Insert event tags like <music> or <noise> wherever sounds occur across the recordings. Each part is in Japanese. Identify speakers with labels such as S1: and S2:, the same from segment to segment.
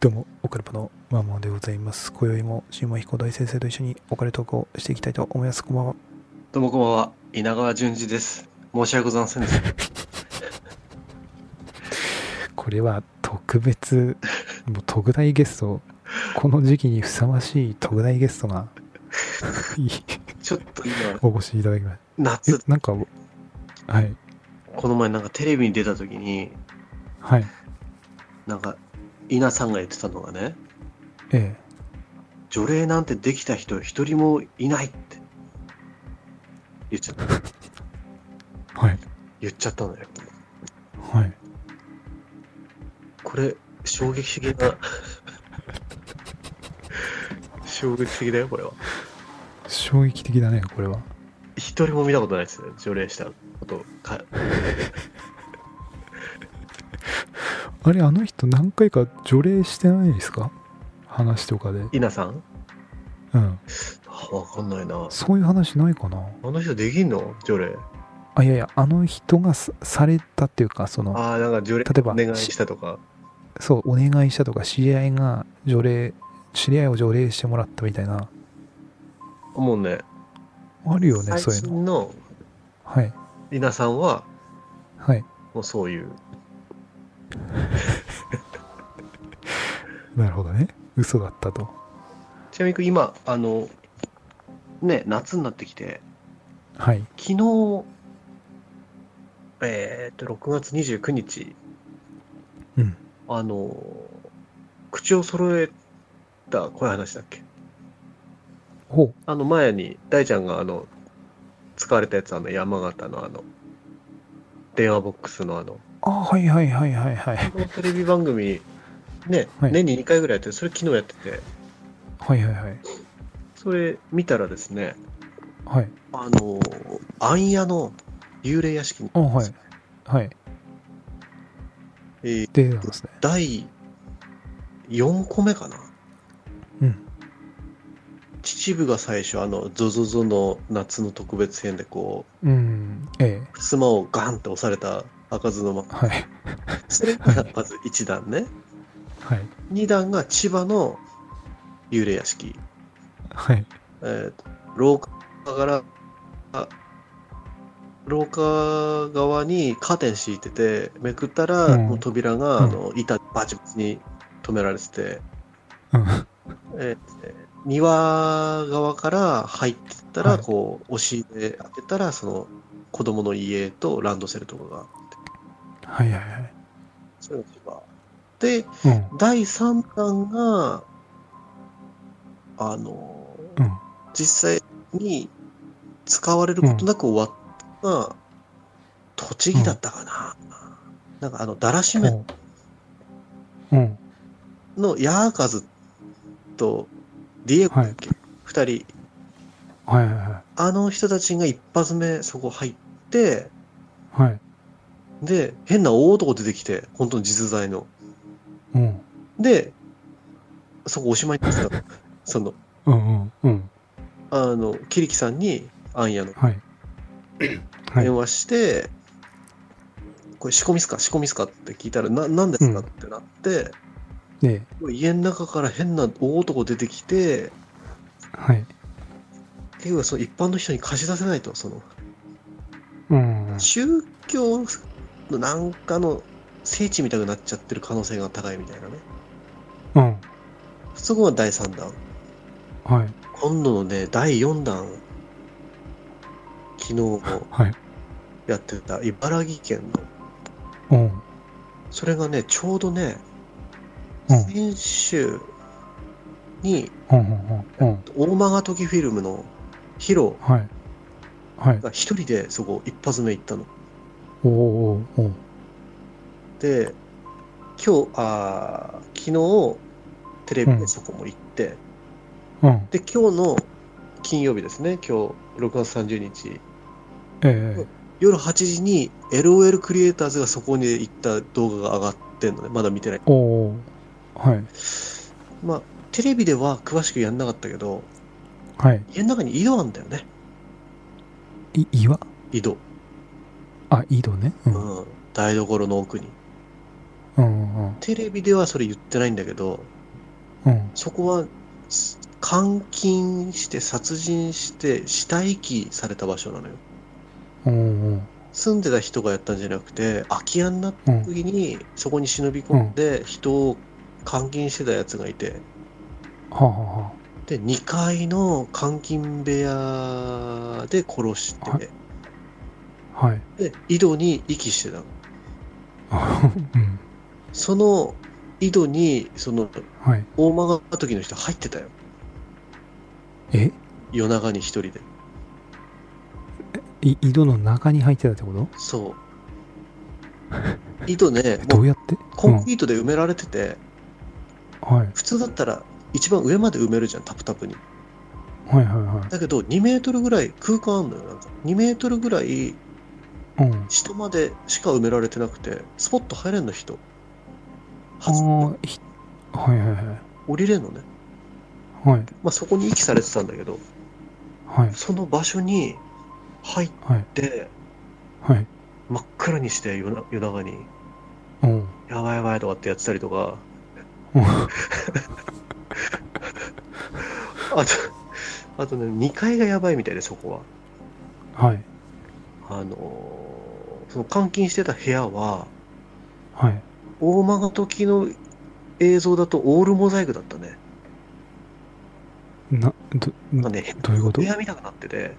S1: どうも、オカルパのママでございます。今宵も、新馬彦大先生と一緒にオカルトークをしていきたいと思います。こんばんは。
S2: どうもこんばんは、稲川淳二です。申し訳ございませんでした。
S1: これは特別、もう特大ゲスト、この時期にふさわしい特大ゲスト <laughs> が、い
S2: ちょっと今、
S1: お越しいただきまし
S2: 夏
S1: た。え、、なんか、はい、
S2: この前なんかテレビに出た時に、
S1: はい、
S2: なんか、稲さんが言ってたのがね、
S1: ええ。
S2: 除霊なんてできた人一人もいないって、言っちゃった、
S1: はい、
S2: 言っちゃったのよ。
S1: はい。
S2: これ、衝撃的な、衝撃的だよ、これは。
S1: 衝撃的だね、これは。
S2: 一人も見たことないですね、除霊したこと。か
S1: あれ、あの人何回か除霊してないですか話とかで。
S2: 稲さん
S1: うん。
S2: あわかんないな。
S1: そういう話ないかな
S2: あの人できんの除霊。
S1: あいやいやあの人がさされたっていうかその
S2: ああ、なんか除霊
S1: 例えば
S2: お願いしたとか。
S1: そうお願いしたとか知り合いが除霊知り合いを除霊してもらったみたいな
S2: もうね、
S1: あるよねそう
S2: 最
S1: いうの
S2: 近の
S1: はい
S2: リナさんは、
S1: はい
S2: もうそういう、
S1: なるほどね嘘だったと
S2: ちなみに今、あの、ね、夏になってきて、
S1: はい
S2: 昨日、えっと、6月29日、
S1: うん
S2: あの、口を揃えた、こういう話だっけ
S1: ほう
S2: あの、前に、大ちゃんが、あの、使われたやつ、あの、山形のあの、電話ボックスのあの、
S1: あはいはいはいはいはい
S2: このテレビ番組、ね、
S1: はい
S2: 年に2回ぐらいやってる、それ昨日やってて、
S1: はいはいはい
S2: それ見たらですね、
S1: はい
S2: あのー、暗夜の幽霊屋敷に、
S1: あはいはい
S2: えー
S1: でなんですね
S2: 第4個目かな。
S1: うん
S2: 秩父が最初、あの、ゾゾゾの夏の特別編で、こ
S1: うんええ
S2: う、襖をガンって押された赤ずのま、
S1: はい
S2: それが <laughs> まず1段ね。
S1: はい
S2: 2段が千葉の幽霊屋敷。
S1: はい
S2: えーと廊下から、あ廊下側にカーテン敷いてて、めくったら、
S1: うん
S2: もう扉が、
S1: うん
S2: あの板バチバチに止められてて、
S1: うんは
S2: えー庭側から入ってったら、
S1: はい
S2: こう、押し入れ開けたら、その、子供の家とランドセルとかが、
S1: いはいはい
S2: そういうのが。で、
S1: うん
S2: 第3弾が、あの、
S1: うん
S2: 実際に使われることなく終わったのが、栃木だったかな。なんかあの、だらしめ
S1: ほううん
S2: のヤーカズとディエゴだっけ二、人、
S1: はいはいは
S2: あの人たちが一発目そこ入って、
S1: いはい
S2: で、変な大男出てきて、本当に実在の。
S1: うん
S2: で、そこおしまいになってたのその、
S1: うんうんうん
S2: あの、キリキさんに、アンヤの
S1: <clears throat> はいはい
S2: 電話して、これ仕込みっすか仕込みっすかって聞いたら、な、なんですか
S1: うん
S2: ってなって、
S1: ええ
S2: 家の中から変な大男出てきて、
S1: はい
S2: 結局その一般の人に貸し出せないと、その、
S1: うん
S2: 宗教のなんかの聖地みたいになっちゃってる可能性が高いみたいなね。
S1: うん
S2: そこが第3弾。
S1: はい
S2: 今度のね、第4弾、昨日も
S1: はい
S2: やってた茨城県の、
S1: うん
S2: それがね、ちょうどね、
S1: うん
S2: 先週に、
S1: うんうんうんうん
S2: 大間が時フィルムのヒロ
S1: はいはい
S2: が一人でそこ一発目行ったの。
S1: おーおーおー
S2: で、今日、あー昨日、テレビ
S1: う
S2: で
S1: ん
S2: そこも行って、
S1: うん
S2: で、今日の金曜日ですね、今日、6月30日、
S1: ええ
S2: 夜8時に LOL クリエイターズがそこに行った動画が上がってんのね、まだ見てない。
S1: おおーはい
S2: まあ、テレビでは詳しくやんなかったけど、
S1: はい
S2: 家の中に井戸あんだよね、
S1: い岩
S2: 井戸。
S1: あ井戸ねうん
S2: うん、台所の奥に。
S1: ううんうん
S2: テレビではそれ言ってないんだけど、
S1: うん
S2: そこは、す監禁して、殺人して、死体遺棄された場所なのよ。
S1: うんうん
S2: 住んでた人がやったんじゃなくて、空き家になっ
S1: う
S2: た
S1: ん
S2: 時に、そこに忍び込んで、人を監禁してたやつがいて、
S1: はあは
S2: で、2階の監禁部屋で殺して、
S1: はいあはい <laughs>
S2: で、井戸に遺棄してたの。
S1: うん
S2: その井戸に、その、
S1: はい
S2: 大間が時の人入ってたよ。
S1: え
S2: 夜中に一人で。
S1: い井戸の中に入ってたってこと <laughs>
S2: そう。井戸ね、
S1: えど
S2: も
S1: う
S2: う
S1: やって
S2: コンクリートで埋められてて、
S1: うんはい
S2: 普通だったら一番上まで埋めるじゃん、タプタプに。
S1: はいはいは
S2: だけど、2メートルぐらい空間あんのよ、なんか。2メートルぐらい
S1: いうん
S2: 下までしか埋められてなくて、スポッと入れんの、人。
S1: あ
S2: 初
S1: ーひはいはいはい
S2: 降りれんのね。
S1: はい
S2: まあ、そこに遺棄されてたんだけど、
S1: はい
S2: その場所に入っ
S1: はい
S2: て、
S1: はい
S2: 真っ暗にして夜な夜中に、
S1: うん
S2: やばいやばいとかってやってたりとか、
S1: うん
S2: あと、あとね、2階がやばいみたいで、そこは。
S1: はい
S2: あのーその監禁してた部屋は、
S1: はい
S2: 大間の時の映像だとオールモザイクだったね。
S1: など
S2: なんかね、
S1: どういうこと
S2: 小部屋みたくなってて。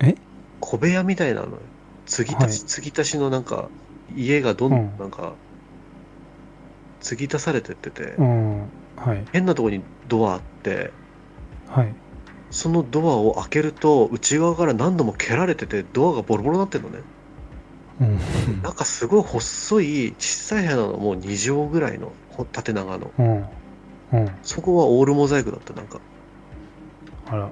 S1: え
S2: 小部屋みたいなのよ。継ぎ足し、
S1: はい
S2: 継ぎ足しのなんか、家がどんどん
S1: うん
S2: なんか、継ぎ足されてってて、
S1: うんはい
S2: 変なとこにドアあって、
S1: はい
S2: そのドアを開けると、内側から何度も蹴られてて、ドアがボロボロになってんのね。
S1: うん
S2: なんかすごい細い、小さい部屋なの、もう2畳ぐらいの、ほ縦長の。
S1: うんうん
S2: そこはオールモザイクだった、なんか。
S1: あら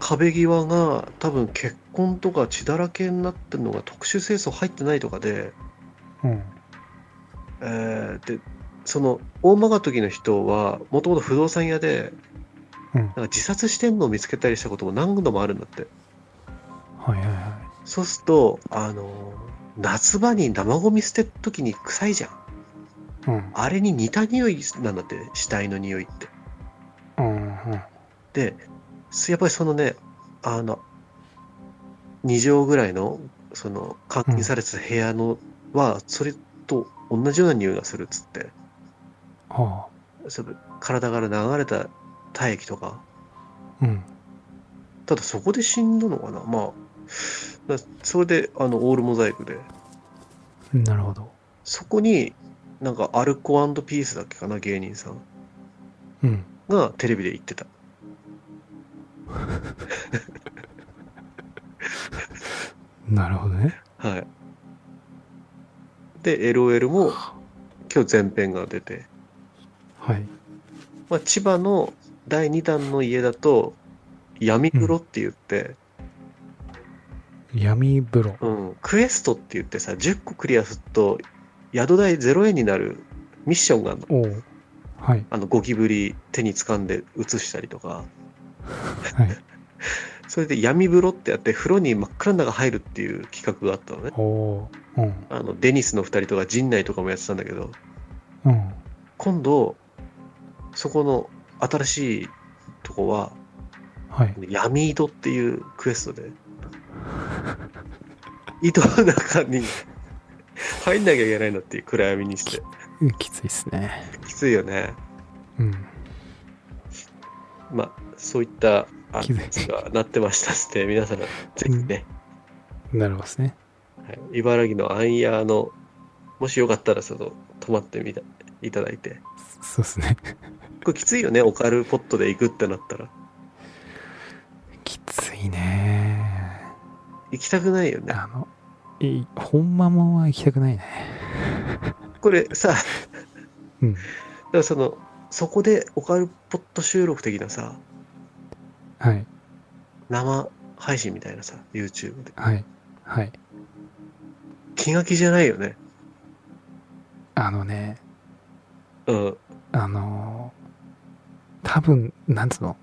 S2: 壁際が多分血痕とか血だらけになってるのが特殊清掃入ってないとかで、
S1: うん
S2: えーで、その、大曲が時の人は、もともと不動産屋で、
S1: うん
S2: なんか自殺してんのを見つけたりしたことも何度もあるんだって。
S1: はいはいは
S2: そうすると、あのー夏場に生ゴミ捨てるときに臭いじゃん。
S1: いうん
S2: あれに似た匂いなんだって、死体の匂いって。
S1: うんうん
S2: で、すやっぱりそのね、あの、2畳ぐらいの、その、監禁されてた部屋の、は、それと同じような匂いがするっつって、
S1: は
S2: その体から流れた体液とか、
S1: あうん
S2: ただそこで死んだのかなまあ、だそれで、あの、オールモザイクで、
S1: なるほど
S2: そこに、なんか、アルコピースだっけかな、芸人さん
S1: うん
S2: がテレビで言ってた。
S1: なるほどね
S2: はい。で、LOL も、今日前編が出て、
S1: はい
S2: まあ、千葉の第2弾の家だと闇風呂って言って、
S1: 闇風呂
S2: うんクエストって言ってさ10個クリアすると宿代0円になるミッションがあるの
S1: おうはい
S2: あのゴキブリ手に掴んで移したりとか
S1: はい
S2: それで闇風呂ってやって風呂に真っ暗な中入るっていう企画があったのね
S1: おおううん
S2: あのデニスの2人とか陣内とかもやってたんだけど
S1: うん
S2: 今度そこの新しいとこは
S1: はい
S2: 闇井戸っていうクエストで井戸の中に入んなきゃいけないのっていう暗闇にして
S1: きついっすね
S2: きついよね
S1: うん
S2: まあそういったあ
S1: きつい
S2: がなってましたって皆さんぜひね、
S1: なるほどですね
S2: はい、茨城のアンヤーのもしよかったらちょっと泊まってみたいただいて
S1: そうですね
S2: これきついよねオカルポットで行くってなったら
S1: きついね
S2: 行きたくないよね
S1: あのいほんまもんは行きたくないね
S2: これさだか
S1: うん
S2: らそのそこでオカルポット収録的なさ
S1: はい
S2: 生配信みたいなさ YouTube で
S1: はいはい
S2: 気が気じゃないよね。
S1: あのね
S2: うん。
S1: あのー多分なんつうの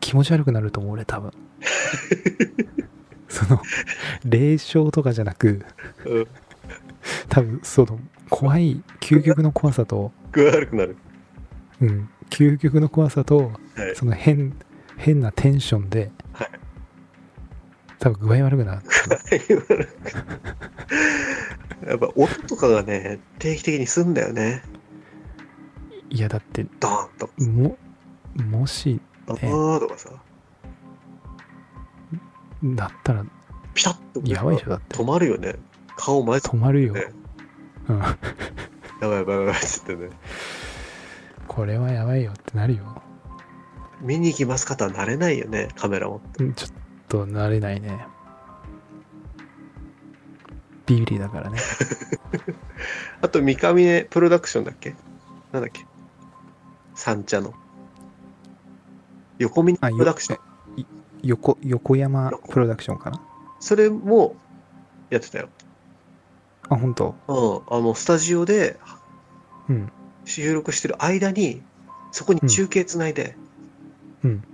S1: 気持ち悪くなると思う俺多分その霊障とかじゃなく
S2: うん。
S1: 多分その怖い究極の怖さと、
S2: 具合悪くなる。
S1: うん、究極の怖さと
S2: はい
S1: その変変なテンションで、
S2: はい
S1: 多分具合悪くなる
S2: 具合悪くなるやっぱ音とかがね、定期的にすんだよね。
S1: いやだって
S2: ドーンとか、
S1: ももし
S2: ドーンとかさ、
S1: だったら
S2: ピタッと、
S1: やばいでしょだって
S2: 止まるよね。顔前つ
S1: 止まるよ、
S2: ね
S1: うん、 <laughs>
S2: やばいやばいやばいっつってね。
S1: これはやばいよってなるよ
S2: 見に行きます方は慣れないよね、カメラも。
S1: うんちょっと慣れないねビビリだ
S2: <laughs>
S1: からね
S2: あと、三上プロダクションだっけなんだっけ三茶の。横見プ
S1: あ
S2: ロダクション。
S1: い横横山プロダクションかな
S2: それもやってたよ。
S1: あ本当
S2: うん。あの、スタジオで
S1: うん
S2: 収録してる間に、そこに中継つないで、
S1: うん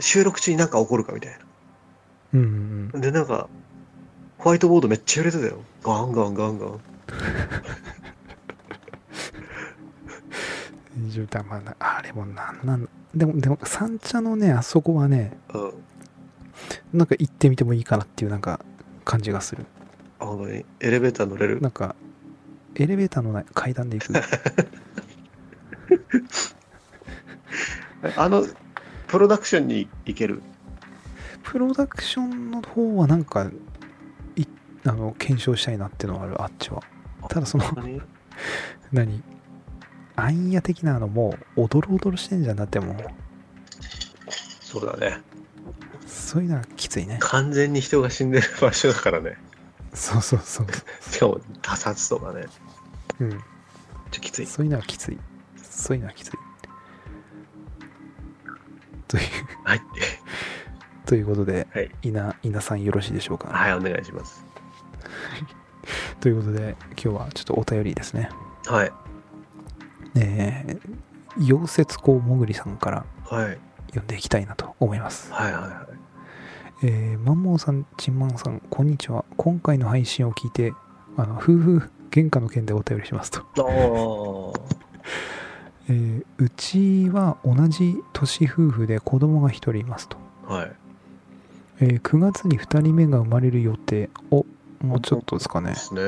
S2: 収録中になんか起こるかみたい
S1: うんうん
S2: な。で、なんか、ホワイトボードめっちゃ揺れてたよ。ガンガンガンガン。
S1: うんじゅだまあなあれもなんなんでもでも三茶のねあそこはね
S2: うん。
S1: なんか行ってみてもいいかなっていうなんか感じがする
S2: あ、本当に。エレベーター乗れる。
S1: なんかエレベーターのない階段で行く
S2: あの、プロダクションに行ける。
S1: プロダクションの方はなんかいあの検証したいなっていうのはあるあっちはただその
S2: 本当に
S1: 何アインヤ的なのもうおどろおどろしてんじゃんだってもう
S2: そうだね。
S1: そういうのはきついね
S2: 完全に人が死んでる場所だからね。
S1: そうそうそう、
S2: しかも、他殺とかね。
S1: うん、
S2: ちょ、きつい。
S1: そういうのはきついそういうのはきついという
S2: はい。
S1: ということで、
S2: はい
S1: 稲稲さんよろしいでしょうか、
S2: はい、お願いします。
S1: ということで今日はちょっとお便りですね
S2: はい。
S1: えー、溶接工もぐりさんから
S2: はい。
S1: 読んでいきたいなと思います。
S2: はいはいは
S1: えー、マンモーさん、チンマンさん、こんにちは。今回の配信を聞いて、あの夫婦喧嘩の件でお便りしますと。
S2: い。おー。
S1: えーうちは同じ年夫婦で子供が1人いますと。
S2: はい。
S1: えー9月に2人目が生まれる予定を、もうちょっとですかね
S2: で。すね。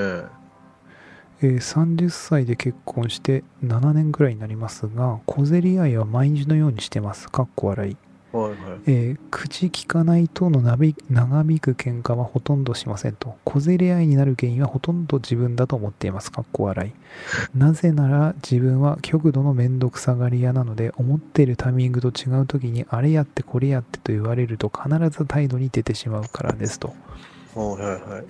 S1: えー30歳で結婚して7年くらいになりますが、小競り合いは毎日のようにしてます。かっこ笑い。
S2: はいはい。
S1: えー口聞かないとのなび長引く喧嘩はほとんどしませんと小競り合いになる原因はほとんど自分だと思っていますかっこ笑いなぜなら自分は極度の面倒くさがり屋なので思っているタイミングと違う時にあれやってこれやってと言われると必ず態度に出てしまうからですと、
S2: はいはいはい。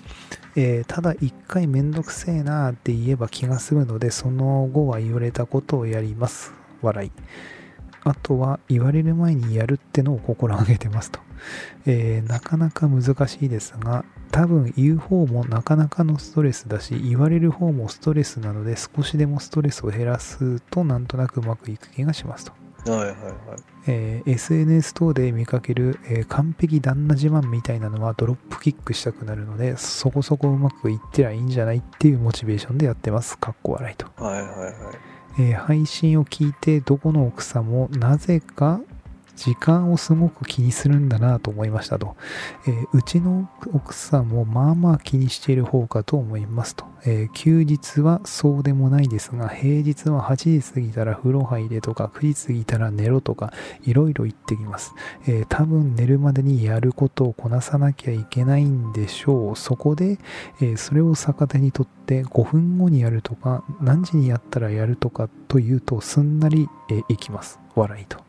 S1: えーただ一回面倒くせえなーって言えば気が済むのでその後は言われたことをやります笑いあとは言われる前にやるってのを心がけてますと、えーなかなか難しいですが多分言う方もなかなかのストレスだし言われる方もストレスなので少しでもストレスを減らすとなんとなくうまくいく気がしますと
S2: はいはいはい。
S1: えー SNS 等で見かける、えー完璧旦那自慢みたいなのはドロップキックしたくなるのでそこそこうまくいってりゃいいんじゃないっていうモチベーションでやってますかっこ笑いと、
S2: はいはいはい。
S1: えー配信を聞いてどこの奥さんもなぜか時間をすごく気にするんだなと思いましたと、えーうちの奥さんもまあまあ気にしている方かと思いますと、えー休日はそうでもないですが平日は8時過ぎたら風呂入れとか9時過ぎたら寝ろとかいろいろ言ってきます、えー多分寝るまでにやることをこなさなきゃいけないんでしょうそこで、えーそれを逆手にとって5分後にやるとか何時にやったらやるとかというとすんなり、えーいきます笑いと、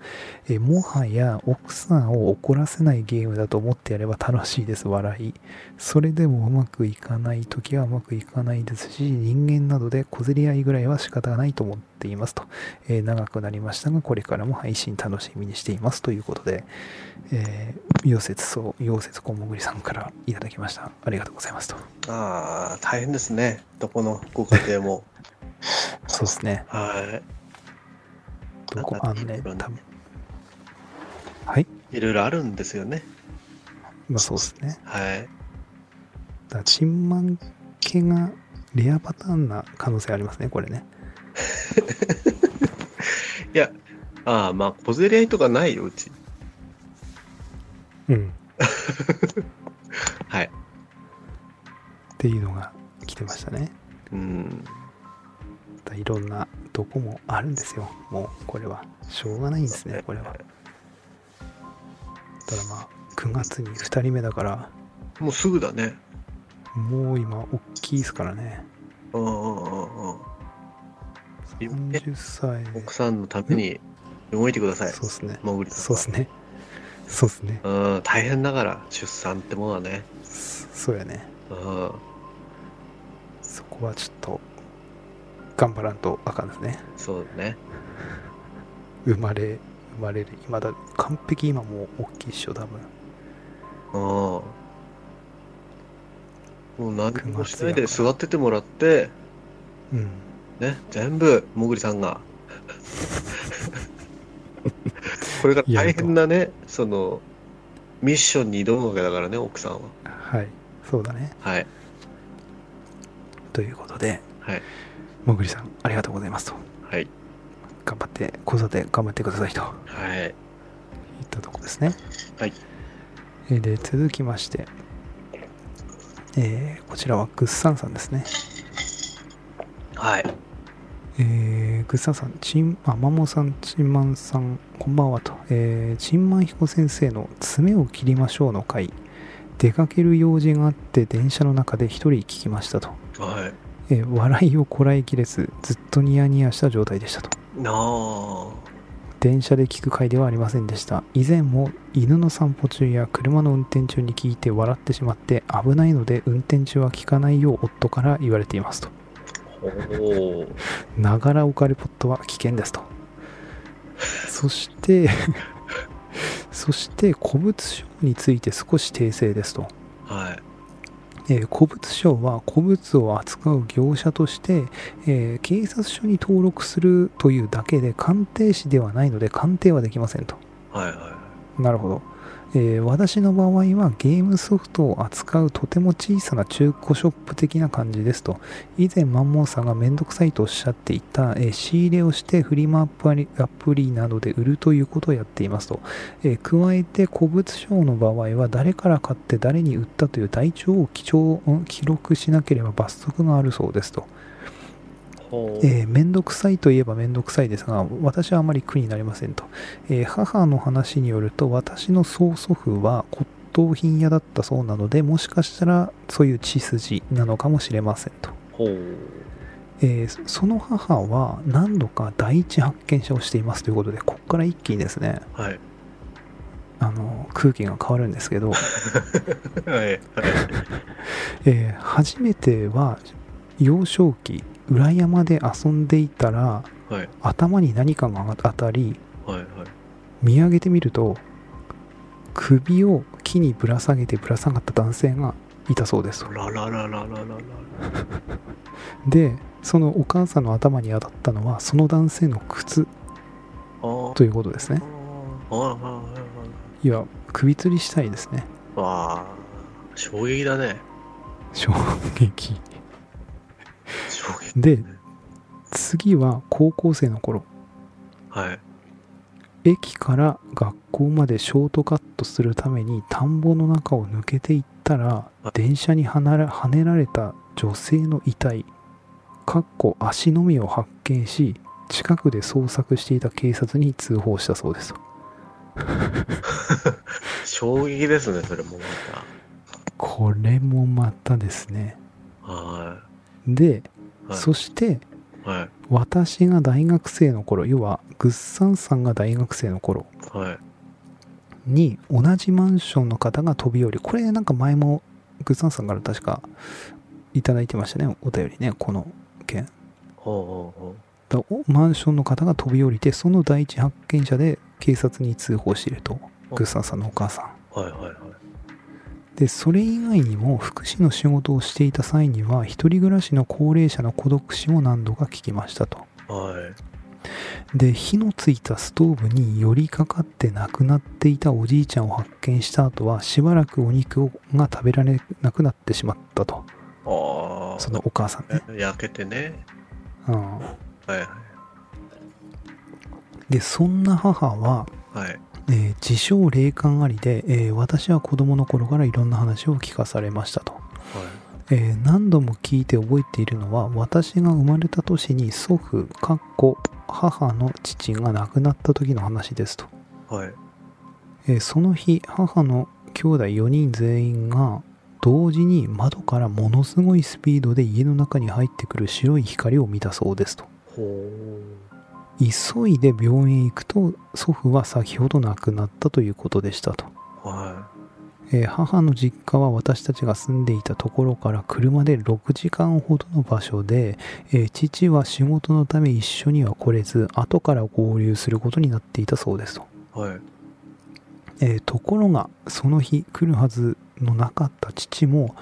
S1: えーもはや奥さんを怒らせないゲームだと思ってやれば <laughs> 楽しいです笑いそれでもうまくいかない時はうまくいかないですし人間などで小競り合いぐらいは仕方がないと思っていますとえー長くなりましたが、これからも配信楽しみにしていますということで、えー、溶接層、溶接こもぐりさんからいただきました。ありがとうございますと。
S2: ああ、大変ですね。どこのご家庭も。
S1: そうですね。
S2: は
S1: どこ、あ
S2: な
S1: の
S2: んか
S1: ね、
S2: いろんな
S1: 多分はい、
S2: い。いろいろあるんですよね。
S1: まあそうですね。
S2: はい。
S1: だから、チンマン家がレアパターンな可能性ありますね、これね。
S2: いや、ああ、まあ、小競り合いとかないよ、うち。
S1: うん。
S2: はい。
S1: っていうのが来てましたね。
S2: うん。
S1: またいろんなとこもあるんですよ。もう、これは。しょうがないんですね、これは。ただまあ、9月に2人目だから、
S2: もうすぐだね。
S1: もう今、大きいですからね。
S2: うんうんうんうん。え
S1: 30歳で。
S2: 奥さんのために動いてください。
S1: そうですね。
S2: 潜りとか
S1: そうですね。そうですね。
S2: うん、大変だから、出産ってものはね。
S1: そそうやね。
S2: うん。
S1: そこはちょっと、頑張らんとあかんですね。
S2: そうだね。
S1: 生まれ、生まれる。今だ、完璧今もう大きいっしょ、多分。
S2: うん。もう何もしないで座っててもらって、
S1: うん。
S2: ね、全部、もぐりさ
S1: <laughs>
S2: んが。これが大変なね、その、ミッションに挑むわけだからね、奥さんは。
S1: はい。そうだね。
S2: はい。
S1: ということで、
S2: はい。
S1: もぐりさん、ありがとうございますと。
S2: はい。
S1: 頑張って、子育て頑張ってくださいと
S2: は
S1: い
S2: い。
S1: ったとこですね。
S2: はい。
S1: えーで、続きまして、えーこちらはグッサンさんですね。
S2: はい。
S1: えー、ぐっさんさん、ちん、あ、まもさん、ちんまんさん、こんばんはと。えー、ちんまんひこ先生の爪を切りましょうの回、出かける用事があって電車の中で一人聞きましたと。
S2: はい。
S1: えー笑いをこらえきれず、ずっとニヤニヤした状態でしたと。
S2: なあ。
S1: 電車で聞く回ではありませんでした。以前も犬の散歩中や車の運転中に聞いて笑ってしまって、危ないので運転中は聞かないよう夫から言われていますと。
S2: おお。
S1: ながらオカリポットは危険ですと。そして、 <laughs> そして古物商について少し訂正ですと。
S2: はい。
S1: えー古物商は古物を扱う業者として、えー警察署に登録するというだけで鑑定士ではないので鑑定はできませんと。
S2: はいはい。
S1: なるほど。えー私の場合はゲームソフトを扱うとても小さな中古ショップ的な感じですと以前マンモンさんがめんどくさいとおっしゃっていた、えー仕入れをしてフリマアプリアプリなどで売るということをやっていますと、えー加えて古物商の場合は誰から買って誰に売ったという台帳を記帳ん記録しなければ罰則があるそうですと
S2: ほう。
S1: えー、めんどくさいといえばめんどくさいですが、私はあまり苦になりませんと。えー母の話によると、私の曽祖父は骨董品屋だったそうなので、もしかしたらそういう血筋なのかもしれませんと。
S2: ほう。
S1: えーその母は何度か第一発見者をしていますということで、ここから一気にですね、
S2: はい。
S1: あの空気が変わるんですけど、
S2: はい。はい。
S1: えー初めては幼少期、裏山で遊んでいたら、
S2: はい。
S1: 頭に何かが当たり、
S2: はい。
S1: 見上げてみると首を木にぶら下げてぶら下がった男性がいたそうです
S2: ラララララララ。
S1: でそのお母さんの頭に当たったのはその男性の靴
S2: ああ。
S1: ということですね
S2: ああ。はいはいは
S1: い
S2: い。
S1: や首吊りしたいですね
S2: わあ。衝撃だね。
S1: 衝撃
S2: 衝撃。
S1: で次は高校生の頃
S2: はい。
S1: 駅から学校までショートカットするために田んぼの中を抜けていったら電車にはならはねられた女性の遺体かっこ足のみを発見し近くで捜索していた警察に通報したそうです
S2: 衝撃ですね、それもま
S1: これもまたですね
S2: た。は
S1: で、
S2: い。はい。
S1: そして
S2: はい。
S1: 私が大学生の頃要はグッサンさんが大学生の頃
S2: はい。
S1: に同じマンションの方が飛び降りこれなんか前もグッサンさんから確かいただいてましたねお便りねこの件
S2: ほうほうほ
S1: だおマンションの方が飛び降りてその第一発見者で警察に通報しているとグッサンさんのお母さん
S2: う。はいはいはい。
S1: でそれ以外にも福祉の仕事をしていた際には一人暮らしの高齢者の孤独死も何度か聞きましたと
S2: はい。
S1: で火のついたストーブに寄りかかって亡くなっていたおじいちゃんを発見した後はしばらくお肉が食べられなくなってしまったと
S2: ああ。ああ
S1: そのお母さんね、
S2: 焼けてね。
S1: うん、
S2: はいは
S1: でそんな母は、
S2: い。はい。
S1: えー自称霊感ありで、えー私は子供の頃からいろんな話を聞かされましたと、えー何度も聞いて覚えているのは私が生まれた年に祖父かっこ母の父が亡くなった時の話ですと、
S2: はい。はい。
S1: えーその日母の兄弟4人全員が同時に窓からものすごいスピードで家の中に入ってくる白い光を見たそうですと
S2: ほ
S1: 急いで病院へ行くと祖父は先ほど亡くなったということでしたと、
S2: う。は
S1: えー母の実家は私たちが住んでいたところから車で6時間ほどの場所で、えー父は仕事のため一緒には来れず後から合流することになっていたそうですと、
S2: い。はい。
S1: えーところがその日来るはずのなかった父も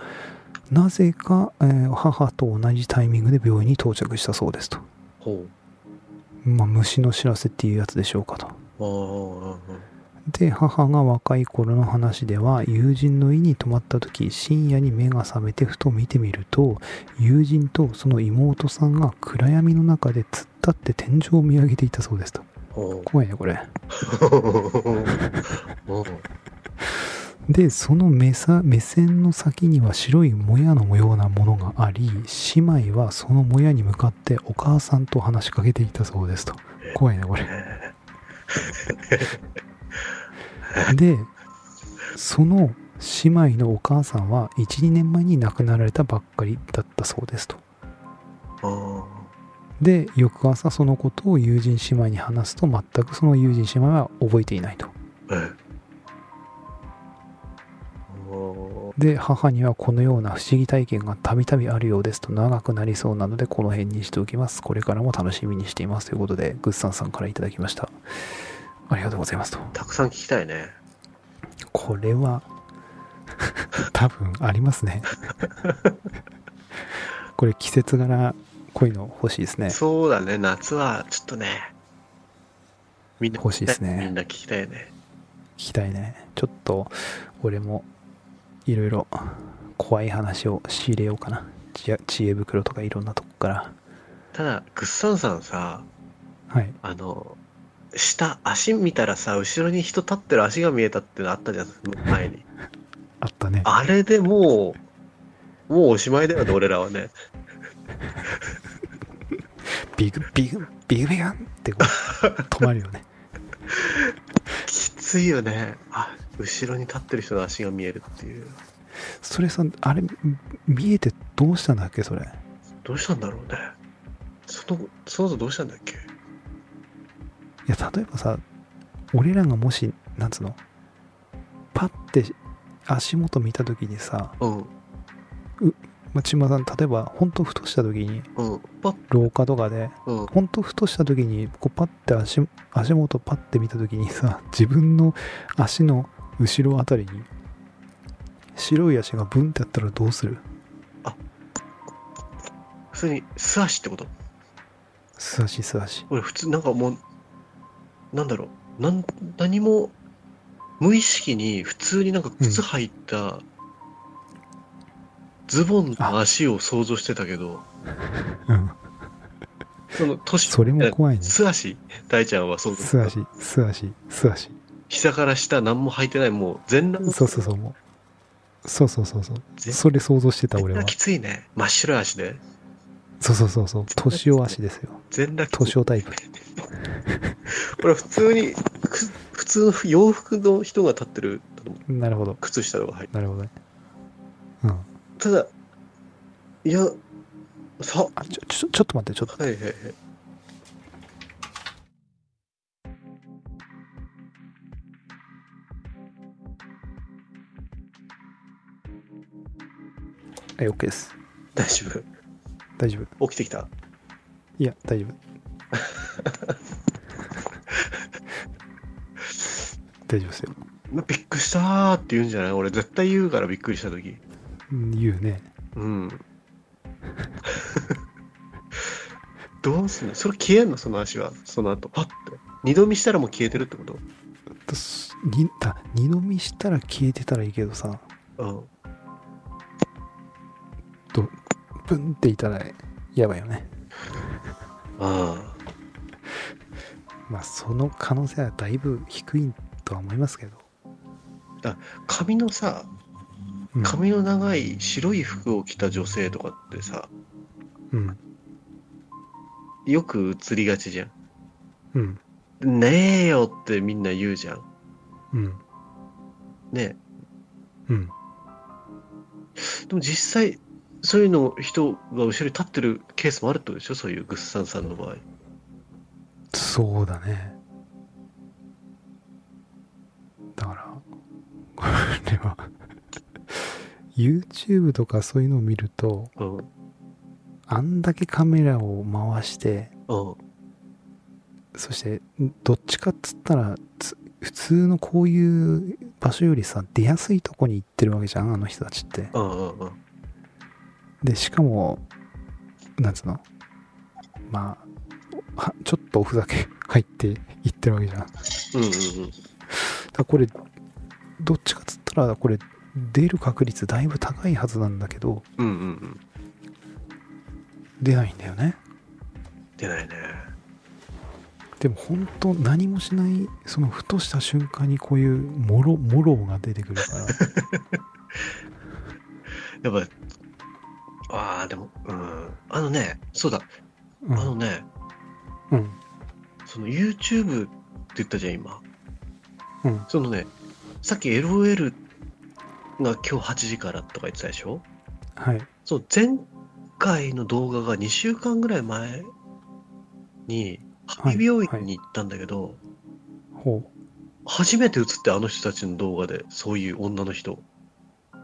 S1: なぜか、えー母と同じタイミングで病院に到着したそうですと、
S2: ほ
S1: まあ、虫の知らせっていうやつでしょうかと
S2: う。ああ。
S1: で母が若い頃の話では友人の家に泊まった時深夜に目が覚めてふと見てみると友人とその妹さんが暗闇の中で突っ立って天井を見上げていたそうですと <laughs>
S2: ほ
S1: 怖いねこれ
S2: う。ほう。
S1: でその目さ目線の先には白いもやのようなものがあり姉妹はそのもやに向かってお母さんと話しかけていたそうですと怖いねこれでその姉妹のお母さんは12年前に亡くなられたばっかりだったそうですと
S2: ああ。
S1: で翌朝そのことを友人姉妹に話すと全くその友人姉妹は覚えていないと
S2: ええ。おー
S1: で母にはこのような不思議体験がたびたびあるようですと長くなりそうなのでこの辺にしておきますこれからも楽しみにしていますということでグッサンさんからいただきましたありがとうございますと
S2: たくさん聞きたいね。
S1: これは <laughs> 多分あります <laughs> ねこれ季節柄こういうの欲しいですね
S2: そうだね、夏はちょっとね。みんな、
S1: 欲しいですね
S2: みんな聞きたいね。
S1: 聞きたいねちょっと俺もいろいろ怖い話を仕入れようかな知恵知恵袋とかいろんなとこから
S2: ただ、グッサンさんさ、
S1: はい
S2: あの、下、足見たらさ、後ろに人立ってる足が見えたってのあったじゃん、前に。
S1: あったね
S2: あれでもう、もうおしまいだよね、俺らはね。
S1: ビグビグビグビグンってこう止まるよね
S2: きついよね。あ、後ろに立ってる人の足が見えるっていう。
S1: それさあれ見えてどうしたんだっけそれ
S2: どうしたんだろうね。その、その後どうしたんだっけ
S1: いや例えばさ俺らがもしなんつうのパッて足元見た時にさ、
S2: うん、
S1: まあ、千葉さん例えばほんとふとした時に
S2: うん、パッ、
S1: 廊下とかで
S2: うん、
S1: ほんとふとした時にこうパッて足足元パッて見た時にさ自分の足の後ろあたりに白い足がブンってやったらどうする
S2: 普通に素足ってこと
S1: 素足素足
S2: 俺普通なんかもうなんだろうなん何も無意識に普通になんか靴履いた、ズボンの足を想像してたけど
S1: うん
S2: その年
S1: それも怖いね
S2: 素足大ちゃんはそう
S1: 素足素足素足
S2: 膝から下何も履いてないもう全裸
S1: そうそうそうもうそうそうそうそう
S2: 全
S1: それ想像してた
S2: 全
S1: 俺は
S2: 裸きついね真っ白い足で
S1: そうそうそうそう年を足ですよ
S2: 全裸きつい
S1: 年をタイプ
S2: 俺普通にく普通の洋服の人が立ってる
S1: なるほど
S2: 靴下とか履いて
S1: なるほどねうん
S2: ただいやさ
S1: あちょちょちょっと待ってちょっと
S2: はいはいはい。
S1: はい OK です
S2: 大丈
S1: 大丈夫
S2: 夫。起きてきた。
S1: いや、大丈 <laughs> 夫。大丈夫ですよ。
S2: なびっくりしたーって言うんじゃない俺絶対言うからびっくりした時。
S1: うん言うね。
S2: うん。 <laughs> どうすんのそれ消えんのその足は。その後、パッて。二度見したらもう消えてるってこと
S1: とすにだ二度見したら消えてたらいいけどさ、
S2: うん。
S1: どプンっていたらやばいよね
S2: あ
S1: まあその可能性はだいぶ低いとは思いますけど、
S2: あ髪のさ
S1: うん、
S2: 髪の長い白い服を着た女性とかってさ
S1: うん
S2: よく映りがちじゃん
S1: うん
S2: ねえよってみんな言うじゃん
S1: うん
S2: ね
S1: うん
S2: えでも実際そういうの人が後ろに立ってるケースもあるってことでしょそういうグッサンさんの場合
S1: そうだねだからこれは YouTube とかそういうのを見ると
S2: うん
S1: あんだけカメラを回して
S2: うん
S1: そしてどっちかっつったらつ普通のこういう場所よりさ出やすいとこに行ってるわけじゃんあの人たちって
S2: うんうんうん
S1: でしかもなんつうのまあはちょっとおふざけ <laughs> 入って行ってるわけじゃんだか
S2: うんうんうん
S1: らこれどっちかっつったらこれ出る確率だいぶ高いはずなんだけど
S2: うんうんうん
S1: 出ないんだよね
S2: 出ないね
S1: でも本当何もしないそのふとした瞬間にこういうもろもろが出てくるから
S2: やっぱああでもうんあのねそうだ
S1: <laughs> う
S2: あ
S1: ん
S2: のね
S1: うん
S2: その YouTube って言ったじゃん今
S1: うん
S2: そのねさっき LOL が今日8時からとか言ってたでしょ
S1: はい
S2: そう前回の動画が2週間ぐらい前にハ
S1: はい
S2: ピ病院に行ったんだけど、
S1: ほ
S2: 初めて映ってあの人たちの動画でそういう女の人
S1: う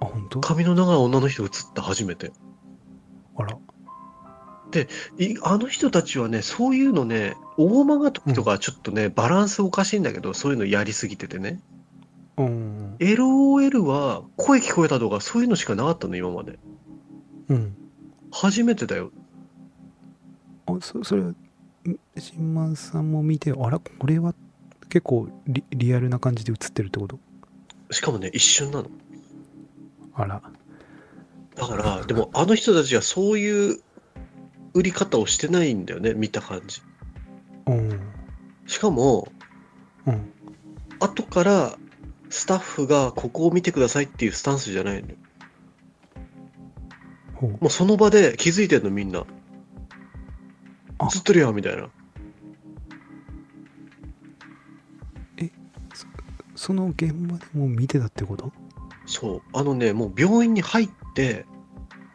S1: あ本当
S2: 髪の長い女の人映った初めて
S1: あら
S2: いあの人たちはねそういうのね大間が時とかちょっとね、バランスおかしいんだけどそういうのやりすぎててね
S1: うん。
S2: LOL は声聞こえたとかそういうのしかなかったの今まで
S1: うん。
S2: 初めてだよ
S1: あ、そそれ、ん新満さんも見て、あら、これは結構リリアルな感じで映ってるってこと
S2: しかもね一瞬なの
S1: あら。
S2: だからでもあの人たちはそういう売り方をしてないんだよね見た感じ
S1: うん。
S2: しかも
S1: うん。
S2: 後からスタッフがここを見てくださいっていうスタンスじゃないのよ
S1: ほう。
S2: もうその場で気づいてんのみんな
S1: あ
S2: 映ってるやんみたいな
S1: その現場でもう見てたってこと
S2: そうあのねもう病院に入って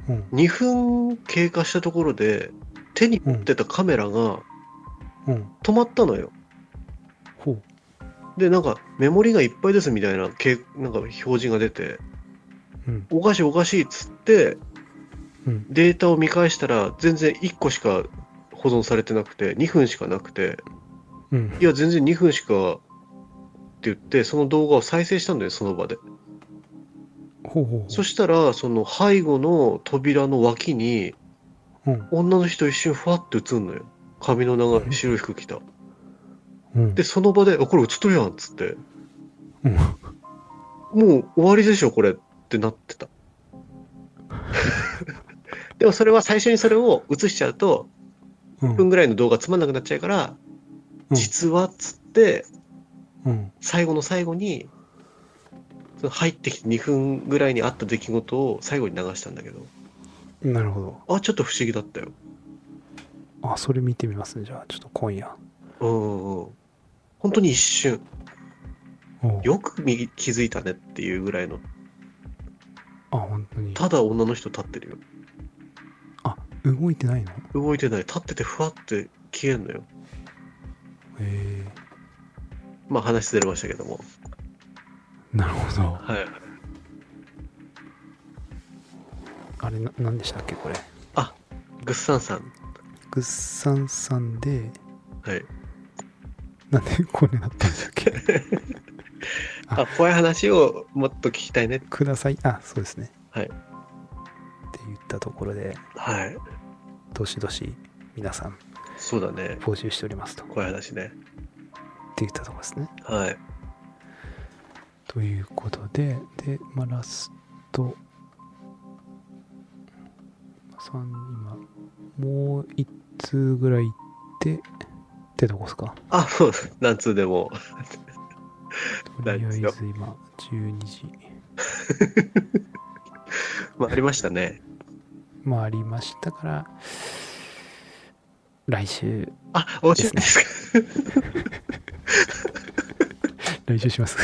S1: うん。
S2: 2分経過したところで手に持ってたカメラが
S1: うん。
S2: 止まったのよ
S1: ほう。
S2: でなんかメモリがいっぱいですみたいなけなんか表示が出て
S1: うん。
S2: おかしいおかしいっつって、
S1: うん
S2: データを見返したら全然1個しか保存されてなくて2分しかなくて
S1: うん
S2: い。や全然2分しかって言ってその動画を再生したんだよその場で、
S1: ほうほうほう。
S2: そしたらその背後の扉の脇に
S1: うん。
S2: 女の人一瞬ふわって映んのよ髪の長
S1: うん
S2: い白い服着た
S1: うん。
S2: でその場で「あこれ映っとるやん」っつって
S1: うん、
S2: もう終わりでしょ、これってなって
S1: <laughs>
S2: た。でもそれは最初にそれを映しちゃうと、
S1: う
S2: 1分
S1: ん。
S2: ぐらいの動画つまんなくなっちゃうから、
S1: うん
S2: 実はっつって、
S1: うん。
S2: 最後の最後に、その入ってきて2分ぐらいにあった出来事を最後に流したんだけど、
S1: なるほど。
S2: あ、ちょっと不思議だったよ。
S1: あ、それ見てみますね。じゃあ、ちょっと今夜。
S2: うんうんうん。本当に一瞬、
S1: おう
S2: よく見気づいたねっていうぐらいの、
S1: あ、本当に。
S2: ただ女の人立ってるよ。
S1: 動いてないのへ
S2: 動いてない。立っててふわって消えんのよ。
S1: え
S2: まあ話ずれましたけども。
S1: なるほど。
S2: はい。
S1: あれ、な、なんでしたっけ、これ。
S2: グッサンさん。
S1: グッサンさんで、
S2: はい。
S1: なんでこれなったんだっけあ
S2: あ、怖い話をもっと聞きたいね。
S1: ください。あ、そうですね。
S2: はい
S1: って言ったところで、
S2: はい。
S1: どしどし皆さん
S2: そうだね。
S1: 募集しておりますと。って
S2: 怖い話ね。
S1: 言ったところですね。
S2: はい。
S1: ということで、で、まあ、ラスト、三今、もう一通ぐらい行って、ってとこっすか。
S2: あ、そうです。何通でも。
S1: とりあえ
S2: 大丈
S1: ず今、12時
S2: まあ、ありましたね。
S1: 回りましたから、来週、
S2: あ、面白いですか。
S1: 来週し <laughs> ます。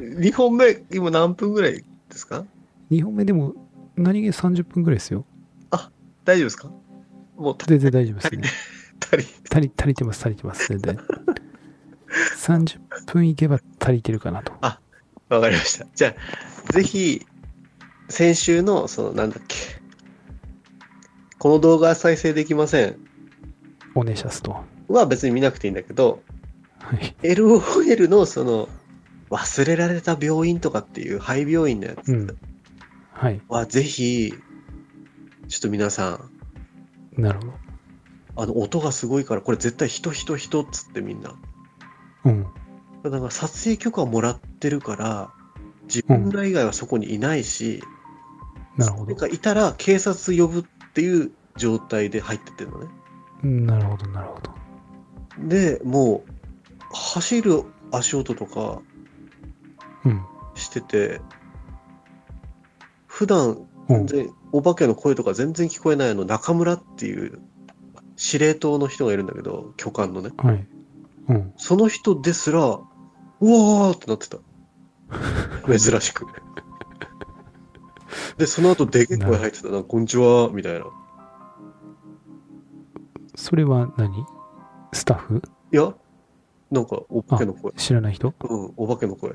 S2: 2本目、今何分ぐらいですか
S1: 2本目でも、何気に30分ぐらいですよ。
S2: 大丈夫ですかもう足
S1: 全
S2: り
S1: 然大丈夫です
S2: <laughs>
S1: ね。
S2: たり。
S1: 足り、足りてます、足りてます、全然。30分いけば足りてるかなと。
S2: わかりました。じゃあ、ぜひ、先週の、その、なんだっけ。この動画は再生できません
S1: お願いしますと。は
S2: は別に見なくていいんだけど、
S1: い。
S2: LOL のその、忘れられた病院とかっていう廃病院のやつ
S1: うん。はい。
S2: は、ぜひ、ちょっと皆さん、
S1: なるほど。
S2: あの、音がすごいから、これ絶対人人人っつってみんな。
S1: うん。
S2: だから撮影許可をもらってるから、自分ら以外はそこにいないし、
S1: なるほ
S2: なん
S1: ど。
S2: かいたら警察呼ぶっていう状態で入ってってるのね。
S1: なるほど、なるほど。
S2: で、もう、走る足音とか
S1: うん。
S2: してて、普段
S1: う
S2: 全
S1: ん。
S2: 然、お化けの声とか全然聞こえないあの中村っていう司令塔の人がいるんだけど、巨漢のね。
S1: はい。うん。
S2: その人ですら、うわーってなってた。
S1: <laughs>
S2: 珍しく。で、その後でけえ声入ってたな、こんにちは、みたいな。い
S1: それは何スタッフ
S2: や、なんか、お化けの声。
S1: 知らない人
S2: うん、お化けの声。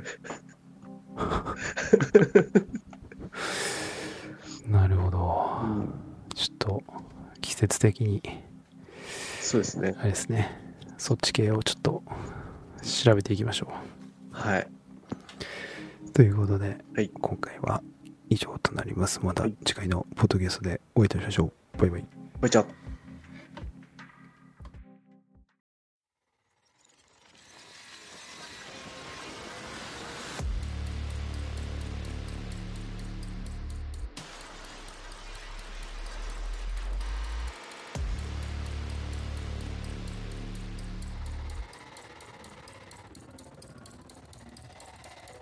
S1: なるほど
S2: う。ん、
S1: ちょっと、季節的に、
S2: そうですね。
S1: あれですね。そっち系をちょっと、調べていきましょ
S2: はい。
S1: う。ということで、
S2: はい
S1: 今回は以上となります。また
S2: はい
S1: 次回のポッドキャストでお会いいたしましょう。バイバイ。
S2: バイチャー。